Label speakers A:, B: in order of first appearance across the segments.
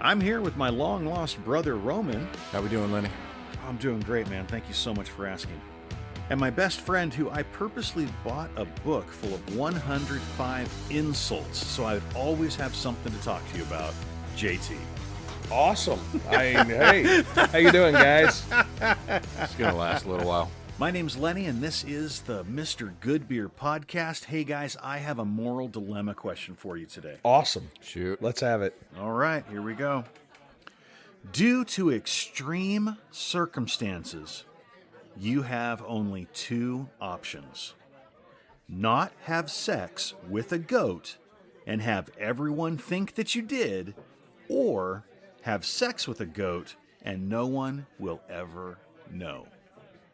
A: I'm here with my long lost brother Roman. Oh,
B: How we doing, Lenny?
A: I'm doing great, man. Thank you so much for asking. And my best friend, who I purposely bought a book full of 105 insults, so I would always have something to talk to you about, JT.
C: Awesome. I mean, hey, how you doing, guys?
B: It's gonna last a little while.
A: My name's Lenny, and this is the Mr. Goodbeer podcast. Hey, guys, I have a moral dilemma question for you today.
C: Awesome.
B: Shoot.
C: Let's have it.
A: All right, here we go. Due to extreme circumstances, you have only two options not have sex with a goat and have everyone think that you did, or have sex with a goat and no one will ever know.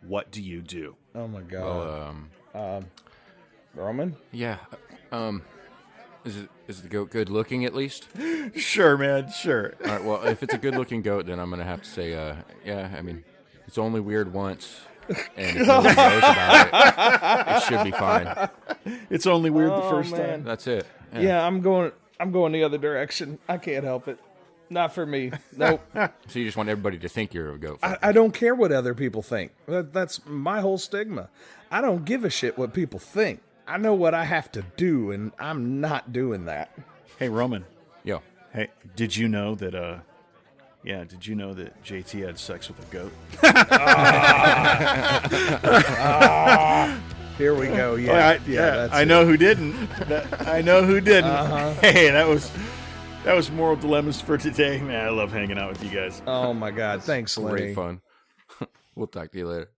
A: What do you do?
C: Oh my God.
B: Um,
C: Roman?
B: yeah. Um, is it is the goat good looking at least?
A: Sure, man, sure.
B: All right. Well, if it's a good looking goat, then I'm gonna have to say, uh, yeah. I mean, it's only weird once, and if no one knows about it, it should be fine.
A: It's only weird the
C: Oh,
A: first
C: man.
A: time.
B: That's it. Yeah.
C: Yeah, I'm going. I'm going the other direction. I can't help it. Not for me. Nope.
B: So you just want everybody to think you're a goat.
C: I, I don't care what other people think. That, that's my whole stigma. I don't give a shit what people think. I know what I have to do, and I'm not doing that.
A: Hey, Roman.
B: Yo.
A: Hey, did you know that? uh Yeah, did you know that JT had sex with a goat?
C: Here we go. Yeah. that's
A: I
C: it. Uh-huh.
A: know who didn't. That- I know who didn't. Hey, that was that was moral dilemmas for today, man. I love hanging out with you guys.
C: Oh my God. Thanks,
B: Great
C: Lenny.
B: fun. we'll talk to you later.